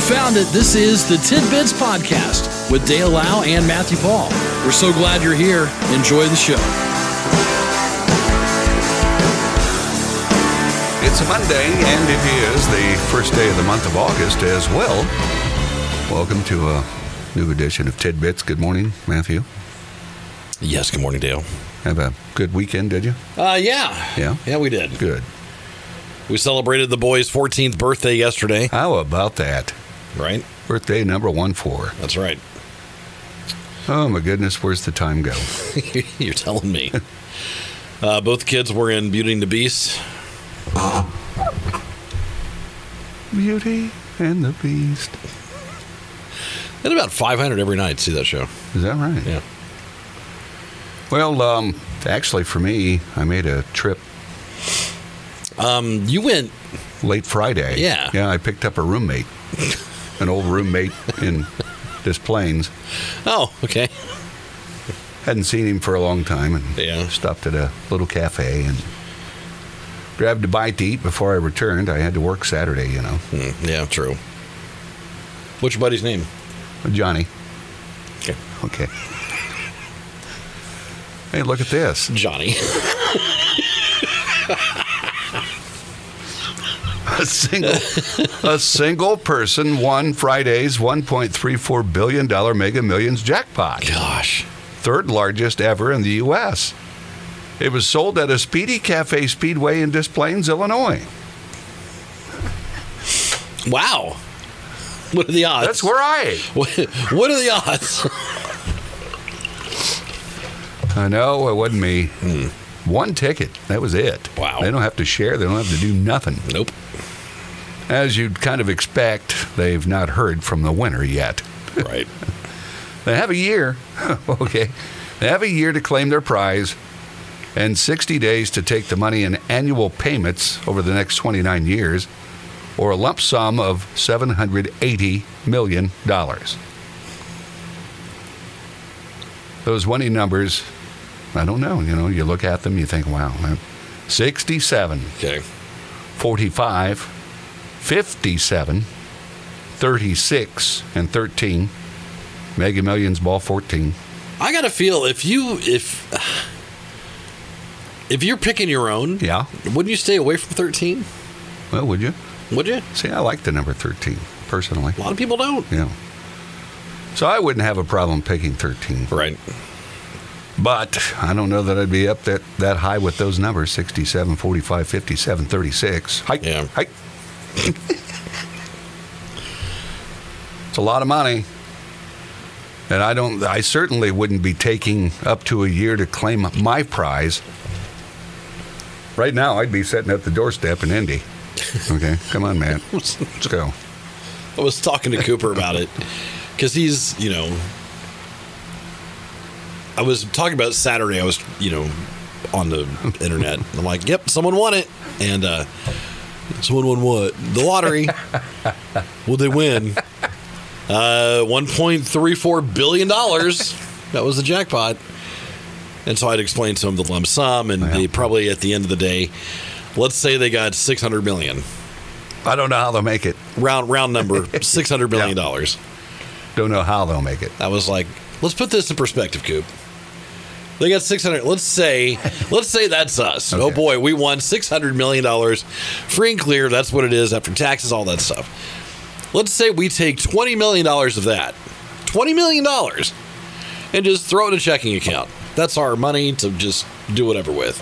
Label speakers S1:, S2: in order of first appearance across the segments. S1: found it. This is the Tidbits Podcast with Dale Lau and Matthew Paul. We're so glad you're here. Enjoy the show.
S2: It's a Monday, and it is the first day of the month of August as well. Welcome to a new edition of Tidbits. Good morning, Matthew.
S3: Yes, good morning, Dale.
S2: Have a good weekend, did you?
S3: Uh, yeah.
S2: Yeah?
S3: Yeah, we did.
S2: Good.
S3: We celebrated the boys' 14th birthday yesterday,
S2: How about that?
S3: right?
S2: Birthday number one four.
S3: That's right.
S2: Oh my goodness, where's the time go?
S3: You're telling me. Uh, both kids were in Beauty and the Beast.
S2: Beauty and the Beast.
S3: At about 500 every night, see that show.
S2: Is that right?
S3: Yeah.
S2: Well, um, actually, for me, I made a trip
S3: You went,
S2: late Friday.
S3: Yeah.
S2: Yeah, I picked up a roommate, an old roommate in Des Plaines.
S3: oh, okay.
S2: Hadn't seen him for a long time and
S3: Yeah.
S2: stopped at a little cafe and grabbed a bite to eat before I returned. I had to work Saturday, you know.
S3: Hmm, yeah, true. What's your buddy's name?
S2: Johnny.
S3: Okay.
S2: Okay. Hey, look at this.
S3: Johnny.
S2: A single a single person won Friday's 1.34 billion dollar Mega Millions jackpot.
S3: Gosh.
S2: third largest ever in the U.S. It was sold at a Speedy Cafe Speedway in Des Plaines, Illinois.
S3: Wow. What are the odds?
S2: That's where I ate.
S3: What, what are the odds?
S2: I know it wasn't me. One ticket. That was it.
S3: Wow.
S2: They don't have to share. They don't have to do nothing.
S3: nope.
S2: As you'd kind of expect, they've not heard from the winner yet.
S3: Right.
S2: They have a year. okay. They have a year to claim their prize and 60 days to take the money in annual payments over the next 29 years or a lump sum of $780 million. Those winning numbers, I don't know. You know, you look at them, you think, wow, man. 67,
S3: Okay.
S2: 45, 57, 36, and 13. Mega Millions ball 14.
S3: I gotta feel if you if if you're picking your own,
S2: Yeah.
S3: Wouldn't you stay away from thirteen?
S2: Well, would you?
S3: Would you?
S2: See, I like the number 13 personally.
S3: A lot of people don't.
S2: Yeah. So I wouldn't have a problem picking 13.
S3: Right.
S2: But I don't know that I'd be up that, that high with those numbers 67, 45, 57, 36. Hike.
S3: Yeah.
S2: Hike. it's a lot of money. And I don't I certainly wouldn't be taking up to a year to claim my prize. Right now I'd be sitting at the doorstep in Indy. Okay. Come on, man. Let's go.
S3: I was talking to Cooper about it because he's you know I was talking about Saturday. I was you know on the internet. I'm like, yep, someone won it, and uh, someone won what? The lottery. Will they win? Uh, 1.34 billion dollars. That was the jackpot. And so I'd explain to him the lump sum, and they probably at the end of the day, let's say they got 600 million
S2: I don't know how they'll make it.
S3: round round number 600 million dollars.
S2: Don't know how they'll make it.
S3: I was like, let's put this in perspective, Coop. They got 600. Let's say, let's say that's us. Oh
S2: Okay.
S3: boy, we won 600 million dollars free and clear. That's what it is after taxes, all that stuff. Let's say we take 20 million dollars of that. 20 million dollars and just throw it in a checking account. That's our money to just do whatever with.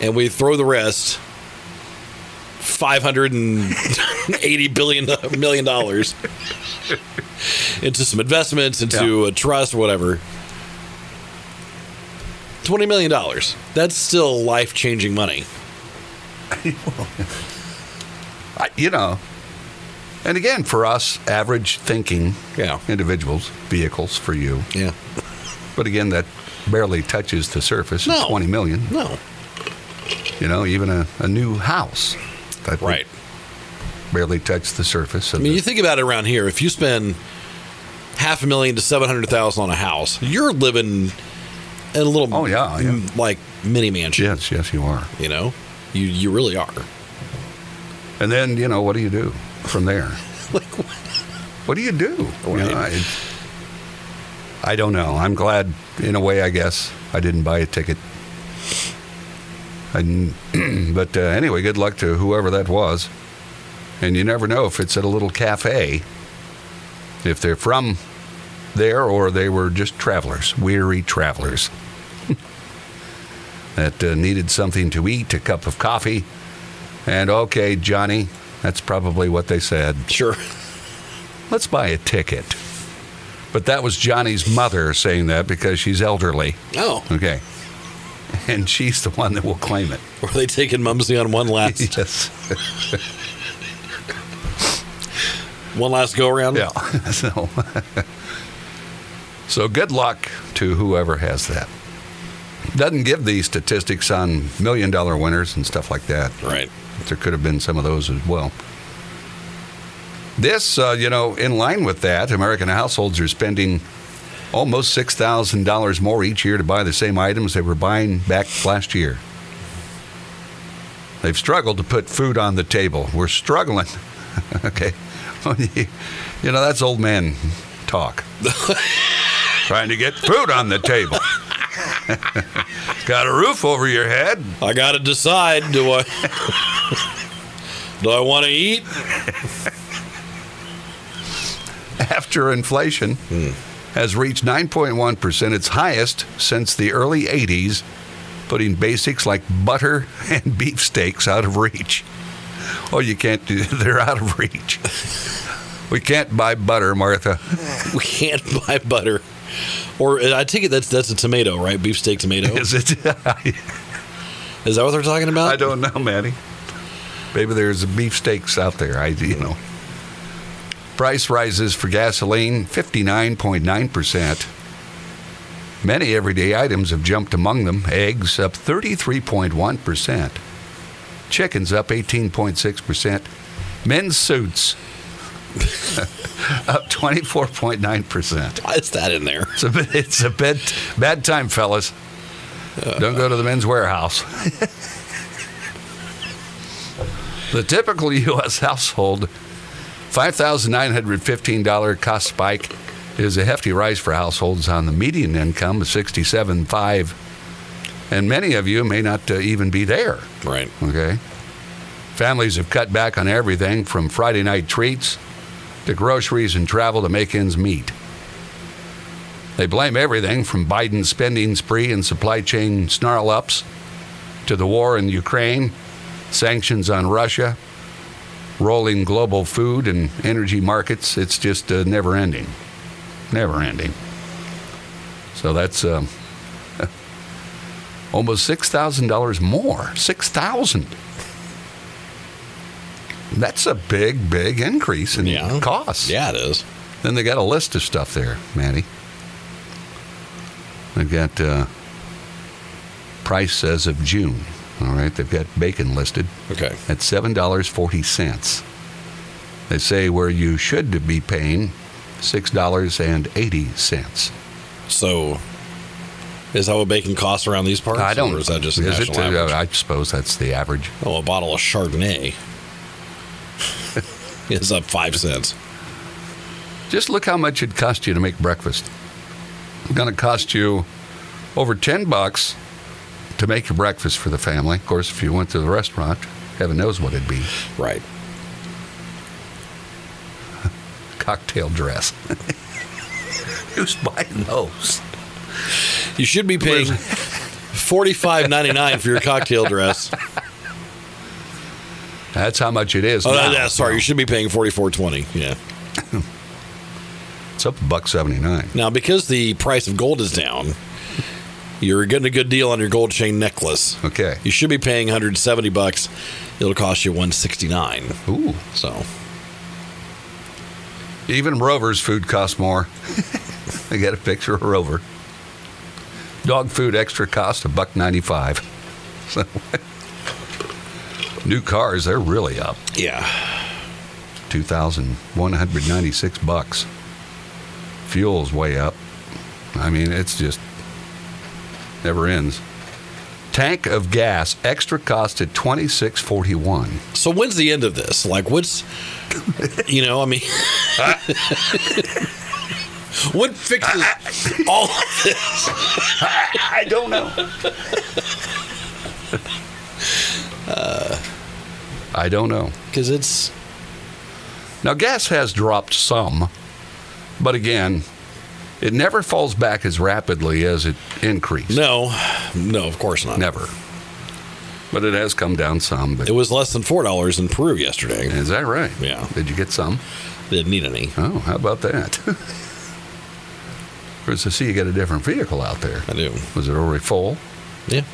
S3: And we throw the rest 580 billion million dollars into some investments, into a trust, whatever. Twenty million dollars. That's still life changing money.
S2: I, you know. And again, for us, average thinking
S3: Yeah.
S2: individuals, vehicles for you.
S3: Yeah.
S2: But again, that barely touches the surface. of
S3: No.
S2: 20 million.
S3: No.
S2: You know, even a, a new house. That would
S3: Right.
S2: Barely touch the surface. Of
S3: I mean,
S2: the-
S3: you think about it around here. If you spend half a million to seven hundred thousand on a house, you're living in a little
S2: Oh, yeah, yeah.
S3: m- like mini mansion.
S2: yes, yes, you are.
S3: You know, you you really are.
S2: And then, you know, what do you do from there?
S3: Like, what?
S2: What do you do? You know,
S3: Right.
S2: I, I don't know. I'm glad, in a way, I guess, I didn't buy a ticket. I, didn't- but uh, anyway, good luck to whoever that was. And you never know if it's at a little cafe, if they're from there or they were just travelers, weary travelers that uh, needed something to eat, a cup of coffee. And okay, Johnny, that's probably what they said.
S3: Sure.
S2: Let's buy a ticket. But that was Johnny's mother saying that because she's elderly.
S3: Oh,
S2: Okay. And she's the one that will claim it.
S3: were they taking Mumsy on one last
S2: Yes.
S3: one last go around?
S2: Yeah. So, so good luck to whoever has that. Doesn't give the statistics on million dollar winners and stuff like that.
S3: Right.
S2: There could have been some of those as well. This, uh, you know, in line with that, American households are spending almost $6,000 more each year to buy the same items they were buying back last year. They've struggled to put food on the table. We're struggling. okay. you know, that's old man talk. Trying to get food on the table. Got a roof over your head.
S3: I gotta decide. Do I do I want to eat?
S2: after inflation has reached 9.1%, its highest since the early 80s, putting basics like butter and beefsteaks out of reach. Oh, you can't do they're out of reach. We can't buy butter, Martha.
S3: We can't buy butter, or I take it that's that's a tomato, right? Beefsteak tomato. Is,
S2: Is it?
S3: that what they're talking about?
S2: I don't know, Maddie. Maybe there's beefsteaks out there. I, you know. Price rises for gasoline 59.9%. Many everyday items have jumped among them. Eggs up 33.1%. Chickens up 18.6%. Men's suits up 24.9%.
S3: Why is that in there?
S2: It's a, bit- it's a bad, bad time, fellas. Don't go to the men's warehouse. the typical U.S. household, $5,915 cost spike is a hefty rise for households on the median income of 67.5, and many of you may not uh, even be there.
S3: Right.
S2: Okay. Families have cut back on everything from Friday night treats to groceries and travel to make ends meet. They blame everything from Biden's spending spree and supply chain snarl ups to the war in Ukraine, sanctions on Russia, rolling global food and energy markets. It's just uh, never ending. Never ending. So that's. Um, almost six thousand dollars more. Six thousand. That's a big, big increase in
S3: Yeah.
S2: costs.
S3: Yeah, it is.
S2: Then they got a list of stuff there, Manny. They've got uh, price as of June. All right, they've got bacon listed
S3: Okay.
S2: at seven dollars forty cents. They say where you should be paying six dollars and eighty cents.
S3: So, is that what bacon costs around these parts?
S2: I don't.
S3: Or is that just a
S2: is
S3: national
S2: it? uh,
S3: average?
S2: I suppose that's the average.
S3: oh, a bottle of Chardonnay is up five cents.
S2: Just look how much it cost you to make breakfast. It's going to cost you over 10 bucks to make your breakfast for the family. Of course, if you went to the restaurant, heaven knows what it'd be.
S3: Right.
S2: Cocktail dress. Who's buying those?
S3: You should be paying forty five ninety nine for your cocktail dress.
S2: That's how much it is.
S3: Oh,
S2: now.
S3: no, no, sorry. You should be paying forty four twenty. Yeah.
S2: It's up a buck 79.
S3: Now, because the price of gold is down, you're getting a good deal on your gold chain necklace.
S2: Okay.
S3: You should be paying 170 bucks. It'll cost you 169.
S2: Ooh.
S3: So,
S2: Even Rover's food costs more. I got a picture of Rover. Dog food extra cost a buck 95. So new cars, they're really up.
S3: yeah.
S2: 2196 bucks. Fuel's way up. I mean, it's just never ends. Tank of gas extra costed twenty six forty one.
S3: So when's the end of this? Like, what's you know? I mean, what fixes all of this?
S2: I don't know. Uh, I don't know.
S3: Because it's
S2: Now, gas has dropped some, but again, it never falls back as rapidly as it increased.
S3: no, no, of course not.
S2: Never. But it has come down some. But
S3: It was less than four dollars in Peru yesterday.
S2: is that right?
S3: Yeah.
S2: Did you get some?
S3: Didn't need any.
S2: Oh, how about that? Of course, I see you got a different vehicle out there.
S3: I do.
S2: Was it already full?
S3: Yeah.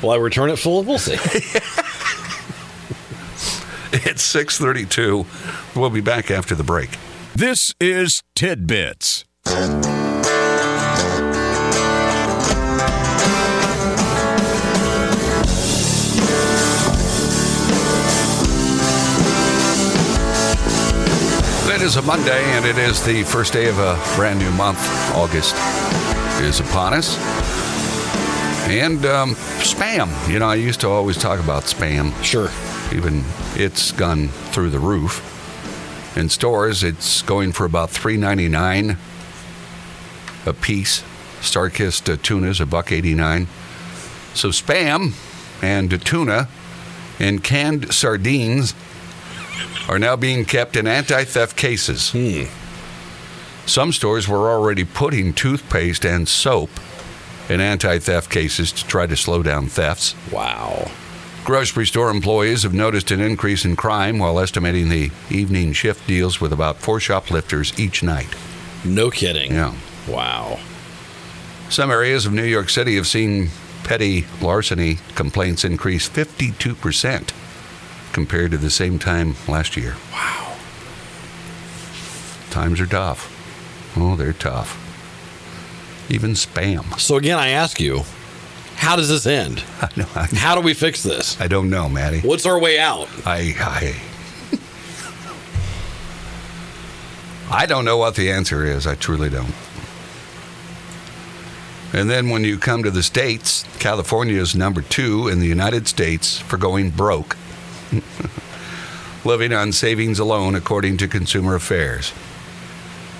S3: Will I return it full? We'll see.
S2: It's 6:32. We'll be back after the break.
S4: This is Tidbits.
S2: It is a Monday, and it is the first day of a brand new month. August is upon us. And um, spam. You know, I used to always talk about spam.
S3: Sure.
S2: Even it's gone through the roof. In stores, it's going for about $3.99 a piece. Starkist uh, tuna's a buck 89. So spam and tuna and canned sardines are now being kept in anti-theft cases.
S3: Hmm.
S2: Some stores were already putting toothpaste and soap in anti-theft cases to try to slow down thefts.
S3: Wow.
S2: Grocery store employees have noticed an increase in crime while estimating the evening shift deals with about four shoplifters each night.
S3: No kidding.
S2: Yeah.
S3: Wow.
S2: Some areas of New York City have seen petty larceny complaints increase 52% compared to the same time last year. Wow. Times are tough. Oh, they're tough. Even spam.
S3: So again, I ask you, how does this end?
S2: I, know, I,
S3: How do we fix this?
S2: I don't know, Maddie.
S3: What's our way out?
S2: I, I, I don't know what the answer is. I truly don't. And then when you come to the states, California is number two in the United States for going broke, living on savings alone, according to Consumer Affairs.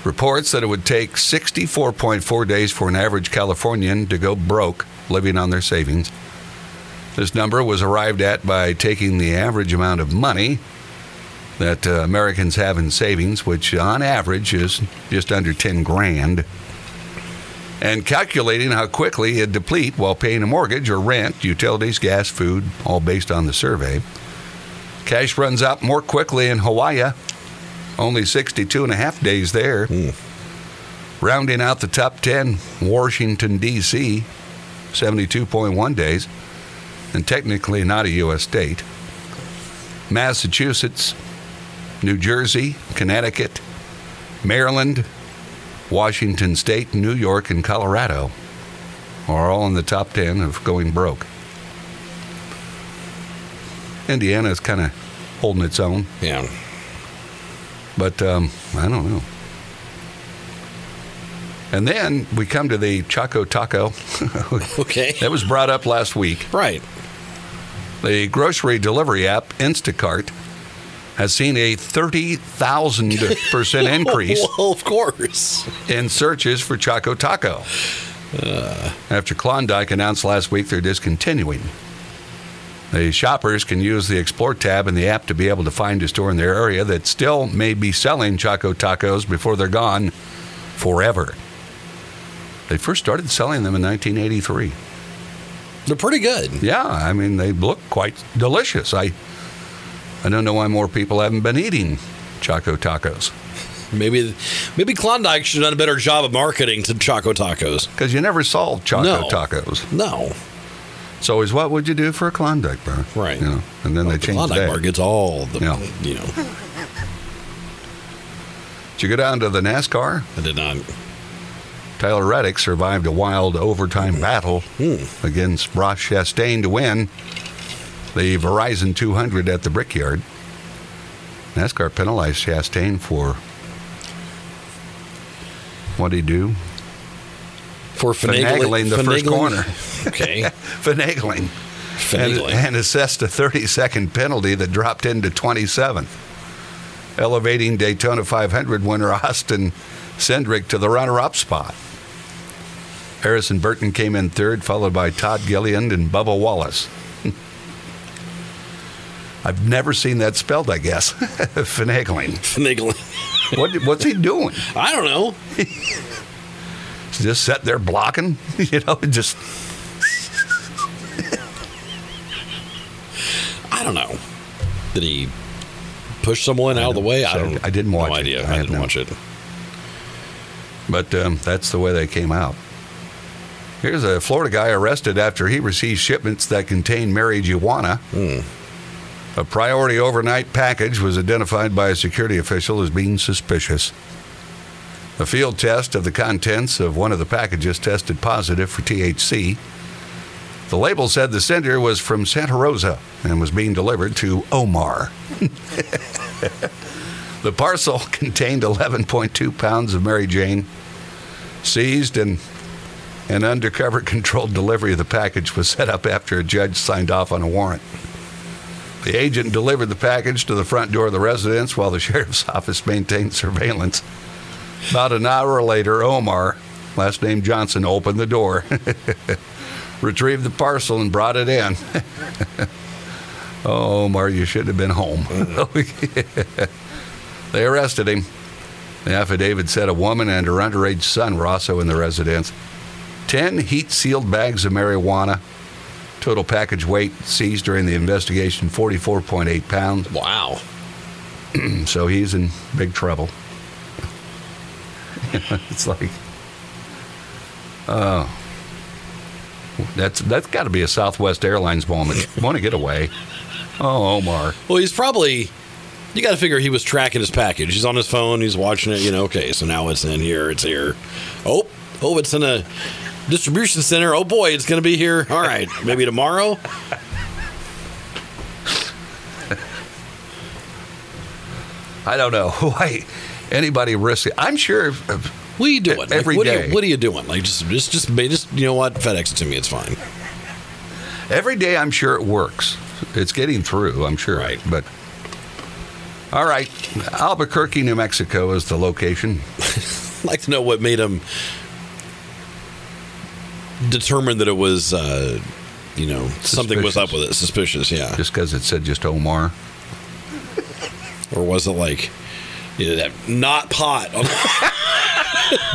S2: Reports that it would take 64.4 days for an average Californian to go broke living on their savings. This number was arrived at by taking the average amount of money that uh, Americans have in savings, which on average is just under 10 grand, and calculating how quickly it deplete while paying a mortgage or rent, utilities, gas, food, all based on the survey. Cash runs out more quickly in Hawaii, only 62 and a half days there. Rounding out the top 10, Washington, D.C., 72.1 days and technically not a U.S. state. Massachusetts, New Jersey, Connecticut, Maryland, Washington State, New York, and Colorado are all in the top 10 of going broke. Indiana is kind of holding its own,
S3: Yeah.
S2: but um, I don't know. And then we come to the Choco Taco
S3: Okay.
S2: that was brought up last week.
S3: Right.
S2: The grocery delivery app Instacart has seen a 30,000% increase
S3: Well, of course.
S2: in searches for Choco Taco after Klondike announced last week they're discontinuing. The shoppers can use the Explore tab in the app to be able to find a store in their area that still may be selling Choco Tacos before they're gone forever. They first started selling them in 1983.
S3: They're pretty good.
S2: Yeah, I mean they look quite delicious. I I don't know why more people haven't been eating Choco Tacos
S3: Maybe maybe Klondike should have done a better job of marketing to Choco Tacos.
S2: because you never saw Choco
S3: No.
S2: Tacos.
S3: No.
S2: It's always what would you do for a Klondike bar?
S3: Right.
S2: You know, and then they
S3: The
S2: changed
S3: Klondike
S2: that.
S3: bar gets all the
S2: Yeah.
S3: you know.
S2: Did you go down to the NASCAR?
S3: I did not.
S2: Tyler Reddick survived a wild overtime
S3: Mm-hmm.
S2: battle
S3: Hmm.
S2: against Ross Chastain to win the Verizon 200 at the Brickyard. NASCAR penalized Chastain for what did he do?
S3: for finagling,
S2: Finagling the first corner.
S3: Okay,
S2: finagling, and,
S3: finagling.
S2: and assessed a 30 second penalty that dropped into 27th, elevating Daytona 500 winner Austin Sendrick to the runner up spot. Harrison Burton came in third, followed by Todd Gilliland and Bubba Wallace. I've never seen that spelled, I guess. finagling.
S3: finagling.
S2: What, what's he doing?
S3: I don't know.
S2: just sat there blocking, you know, just
S3: I don't know. Did he push someone out of the way? I
S2: don't-
S3: don't.
S2: I didn't watch
S3: no
S2: it.
S3: Idea.
S2: I
S3: I,
S2: had
S3: didn't
S2: no-
S3: watch it.
S2: But um, that's the way they came out. Here's a Florida guy arrested after he received shipments that contained marijuana. A priority overnight package was identified by a security official as being suspicious. A field test of the contents of one of the packages tested positive for THC. The label said the sender was from Santa Rosa and was being delivered to Omar. the parcel contained 11.2 pounds of Mary Jane, seized and an undercover controlled delivery of the package was set up after a judge signed off on a warrant. The agent delivered the package to the front door of the residence while the sheriff's office maintained surveillance. About an hour later, Omar, last name Johnson, opened the door, retrieved the parcel, and brought it in. oh, Omar, you should have been home. they arrested him. The affidavit said a woman and her underage son were also in the residence. 10 heat sealed bags of marijuana. Total package weight seized during the investigation 44.8 pounds.
S3: Wow.
S2: So he's in big trouble. it's like, oh, that's that's got to be a Southwest Airlines moment. Want to get away? Oh, Omar.
S3: Well, he's probably. You got to figure he was tracking his package. He's on his phone. He's watching it. You know. Okay, so now it's in here. It's here. Oh, oh, it's in a distribution center. Oh boy, it's gonna be here. All right, maybe tomorrow.
S2: I don't know why anybody risks it. I'm sure.
S3: What are you doing? Like,
S2: Every
S3: what Are
S2: day.
S3: you, what are you doing? Like just, just, just, ma- just. You know what? FedEx it to me. It's fine.
S2: Every day, I'm sure it works. It's getting through, I'm sure.
S3: Right.
S2: But all right, Albuquerque, New Mexico is the location.
S3: I'd like to know what made him determine that it was, uh, you know, something was up with it. Suspicious, yeah.
S2: Just because it said just Omar.
S3: or was it like, you know, that not pot?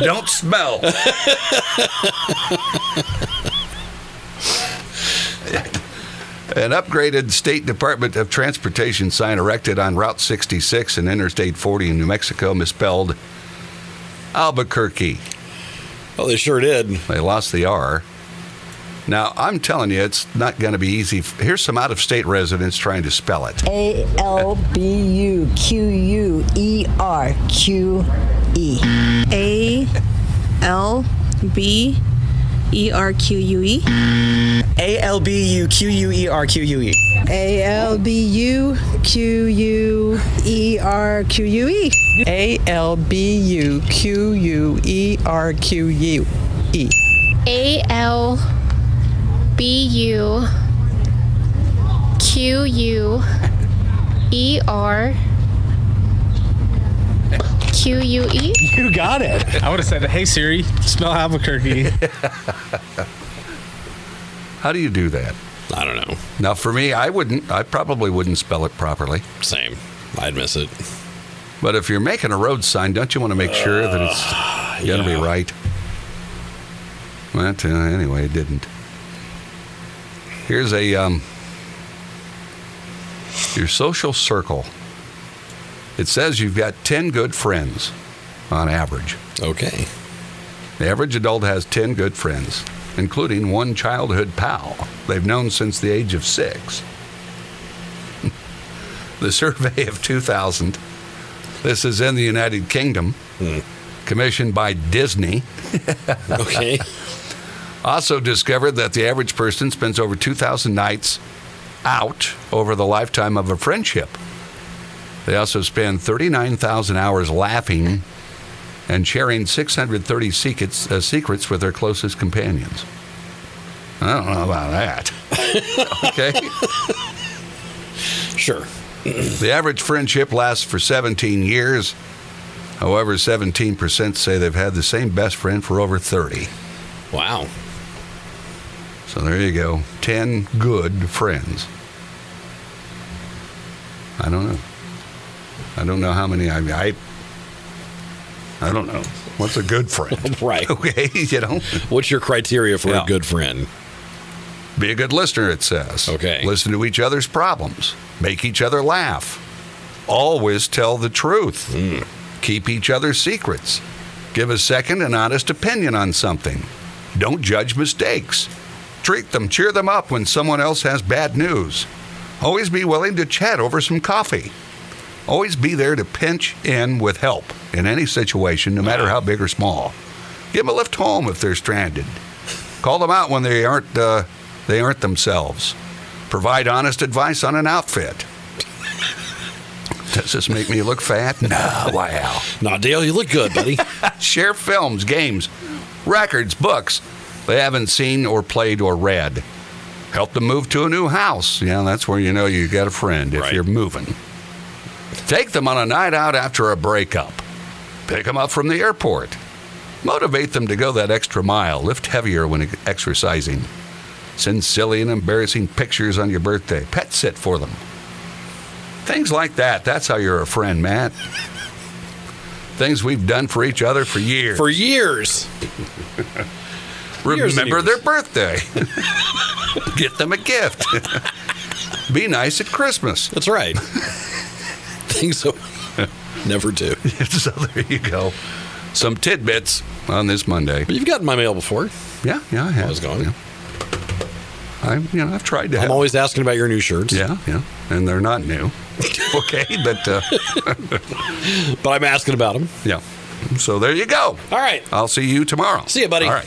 S3: On,
S2: Don't smell. An upgraded State Department of Transportation sign erected on Route 66 and Interstate 40 in New Mexico misspelled Albuquerque.
S3: oh, they sure did.
S2: They lost the R. Now, I'm telling you, it's not going to be easy. Here's some out of state residents trying to spell it.
S5: A L B U Q U E R Q E.
S6: A L B E R Q U E.
S7: A L B U Q U E R Q U E.
S5: A L B U Q U E R Q U E.
S7: A L B U Q U E R Q U E.
S8: A L B U Q U E R Q U E.
S9: You got it. I would have said, "Hey Siri, smell Albuquerque."
S2: How do you do that?
S3: I don't know.
S2: Now, for me, I wouldn't, I probably wouldn't spell it properly.
S3: Same. I'd miss it.
S2: But if you're making a road sign, don't you want to make sure that it's going to
S3: yeah.
S2: be right? But uh, anyway, it didn't. Here's a um, your social circle. It says you've got ten good friends, on average.
S3: Okay.
S2: The average adult has 10 good friends, including one childhood pal they've known since the age of six. the survey of 2000, this is in the United Kingdom, commissioned by Disney,
S3: Okay.
S2: also discovered that the average person spends over 2,000 nights out over the lifetime of a friendship. They also spend 39,000 hours laughing and sharing 630 secrets, uh, secrets with their closest companions. I don't know about that. okay.
S3: Sure.
S2: The average friendship lasts for 17 years. However, 17% say they've had the same best friend for over 30.
S3: Wow.
S2: So there you go. 10 good friends. I don't know. I don't know how many I I I don't know. What's a good friend?
S3: Right.
S2: Okay, you know.
S3: What's your criteria for
S2: Yeah.
S3: a good friend?
S2: Be a good listener, it says.
S3: Okay.
S2: Listen to each other's problems. Make each other laugh. Always tell the truth. Keep each other's secrets. Give a second and honest opinion on something. Don't judge mistakes. Treat them, cheer them up when someone else has bad news. Always be willing to chat over some coffee. Always be there to pinch in with help in any situation, no matter how big or small. Give them a lift home if they're stranded. Call them out when they aren't uh, they aren't themselves. Provide honest advice on an outfit. Does this make me look fat? No, wow.
S3: Nah, Dale, you look good, buddy.
S2: Share films, games, records, books they haven't seen or played or read. Help them move to a new house. Yeah, that's where you know you got a friend if
S3: Right.
S2: you're moving. Take them on a night out after a breakup. Pick them up from the airport. Motivate them to go that extra mile. Lift heavier when exercising. Send silly and embarrassing pictures on your birthday. Pet sit for them. Things like that. That's how you're a friend, Matt. Things we've done for each other for years.
S3: for years. years and
S2: Remember
S3: years.
S2: their birthday. Get them a gift. Be nice at Christmas.
S3: That's right. Things so never do.
S2: so there you go. Some tidbits on this Monday.
S3: But you've gotten my mail before.
S2: Yeah, yeah, I have.
S3: How's it going?
S2: Yeah. I, you know, I've tried to.
S3: I'm
S2: have-
S3: always asking about your new shirts.
S2: Yeah, yeah, and they're not new. okay, but uh,
S3: But I'm asking about them.
S2: yeah. So there you go.
S3: All right.
S2: I'll see you tomorrow.
S3: See ya, buddy.
S2: All right.